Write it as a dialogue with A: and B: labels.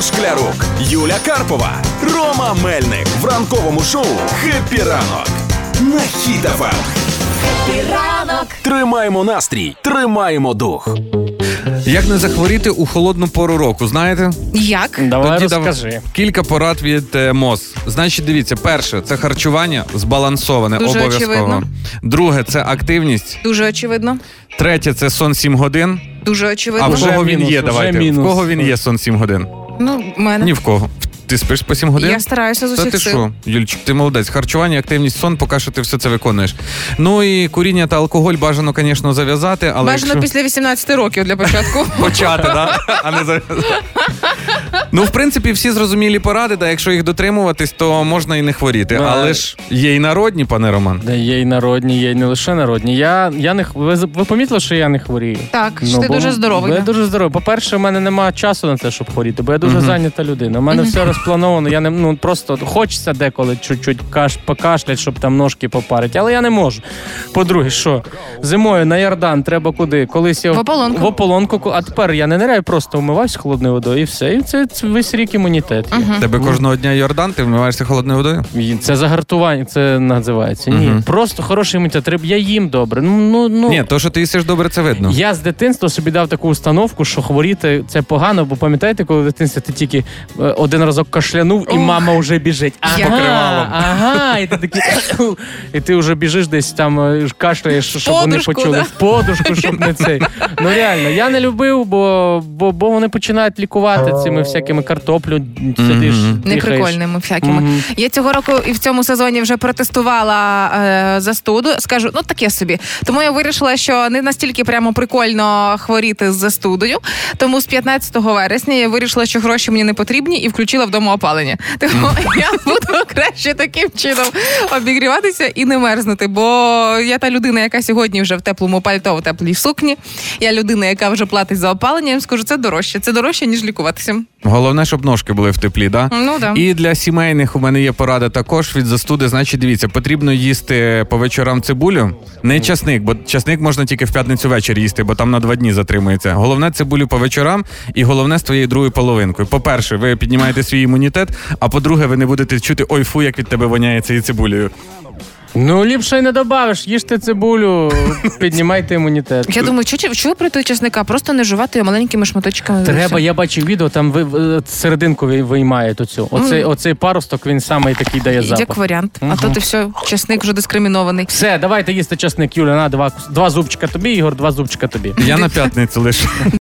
A: Шклярук, Юля Карпова, Рома Мельник в ранковому шоу «Хеппі ранок» на Хіт-ФМ.
B: Ранок
A: Тримаємо настрій, тримаємо дух.
C: Як не захворіти у холодну пору року, знаєте?
D: Як?
E: Давай
C: Тоді дав-
E: розкажи.
C: Кілька порад від е, МОЗ. Значить, дивіться, перше це харчування збалансоване,
D: Дуже
C: обов'язково.
D: очевидно.
C: Друге це активність.
D: Дуже очевидно.
C: Третє це сон 7 годин.
D: Дуже
C: А
D: очевидно.
C: в
E: Вже
C: кого він
E: мінус,
C: є?
E: вже
C: Давайте в
E: мінус.
C: кого він є сон 7 годин?
D: Ну, в мене.
C: Ні в кого. Ти спиш по 7 годин?
D: Я стараюся з
C: Та ти
D: усіх сил.
C: що, Юльчик, ти молодець. Харчування, активність, сон, поки що ти все це виконуєш. Ну і куріння та алкоголь бажано, звісно, зав'язати, але
D: Бажано
C: якщо...
D: після 18 років для початку.
C: почати, да? а не зав'язати. Ну, в принципі, всі зрозумілі поради, да, якщо їх дотримуватись, то можна і не хворіти.
E: Да.
C: Але ж є і народні, пане Роман.
E: Да є й народні, є й не лише народні. Я, я не х- ви, з- ви помітили, що я не хворію? Ну,
D: Так, що ти
E: бо
D: дуже здоровий.
E: Я
D: да?
E: дуже здоровий. По-перше, в мене немає часу на те, щоб хворіти, бо я дуже
C: Мгм.
E: зайнята людина. У мене все розплановано. Я не ну просто хочеться деколи чуть-чуть каш, покашлять, щоб там ножки попарити, але я не можу. По-друге, що зимою на Ярдан треба куди? Колись я
D: В ополонку.
E: в ополонку, ку- а тепер я не ниряю, просто вмиваюсь холодною водою і все. І це, це весь рік імунітет. Є.
C: Тебе кожного дня Йордан, ти вмиваєшся холодною водою?
E: Ні, Це загартування, це називається. Ні,
C: Мгм.
E: просто хороший імунітет. Треба- Я їм добре. Ну, ну, ну.
C: Ні, то, що ти їсиш добре, це видно.
E: Я з дитинства собі дав таку установку, що хворіти це погано, бо пам'ятаєте, коли в дитинстві ти тільки е, один разок кашлянув, і
D: Ох.
E: мама вже біжить.
D: Я-
C: Покривалом.
E: Ага, ага, і ти такий, і ти вже біжиш десь там е, кашляєш, щоб вони
D: Подушку,
E: почули
D: да?
E: в подушку, щоб не цей. Ну реально, я не любив, бо, бо, бо вони починають лікувати цими всякими картоплю. Сидиш,
C: Мгм.
E: дихаєш.
D: Неприкольними всякими.
E: Мгм.
D: Я цього року і в цьому сезоні вже протестувала е, застуду. Скажу, ну таке собі. Тому я вирішила, що не настільки прямо прикольно хворіти з застудою. Тому з 15 вересня я вирішила, що гроші мені не потрібні, і включила вдома опалення. Тому я буду краще таким чином обігріватися і не мерзнути. Бо я та людина, яка сьогодні вже в теплому пальто, в теплій сукні. Я людина, яка вже платить за опалення. Я їм скажу, це дорожче. Це дорожче ніж лікуватися.
C: Головне, щоб ножки були в теплі, да?
D: Ну да.
C: І для сімейних у мене є порада також від застуди. Значить, дивіться, потрібно їсти по вечорам цибулю. Не часник, бо часник можна тільки в п'ятницю вечір їсти, бо там на два дні затримується. Головне цибулю по вечорам, і головне з твоєю другою половинкою. По-перше, ви піднімаєте свій імунітет, а по-друге, ви не будете чути ой фу, як від тебе воняє цією цибулею.
E: Ну, ліпше й не добавиш, їжте цибулю, піднімайте імунітет.
D: Я думаю, що, що, про той чесника? Просто не жувати його маленькими шматочками.
E: Треба,
D: Все.
E: я бачив відео, там ви, ви- серединку ви- виймають оцю. Оцей, оцей паросток він саме такий дає
D: І
E: запах.
D: як варіант. А то ти все, чесник вже дискримінований.
E: Все, давайте їсти часник, Юля, на два, кус- два зубчика тобі, Ігор, два зубчика тобі.
C: Я на п'ятницю лише.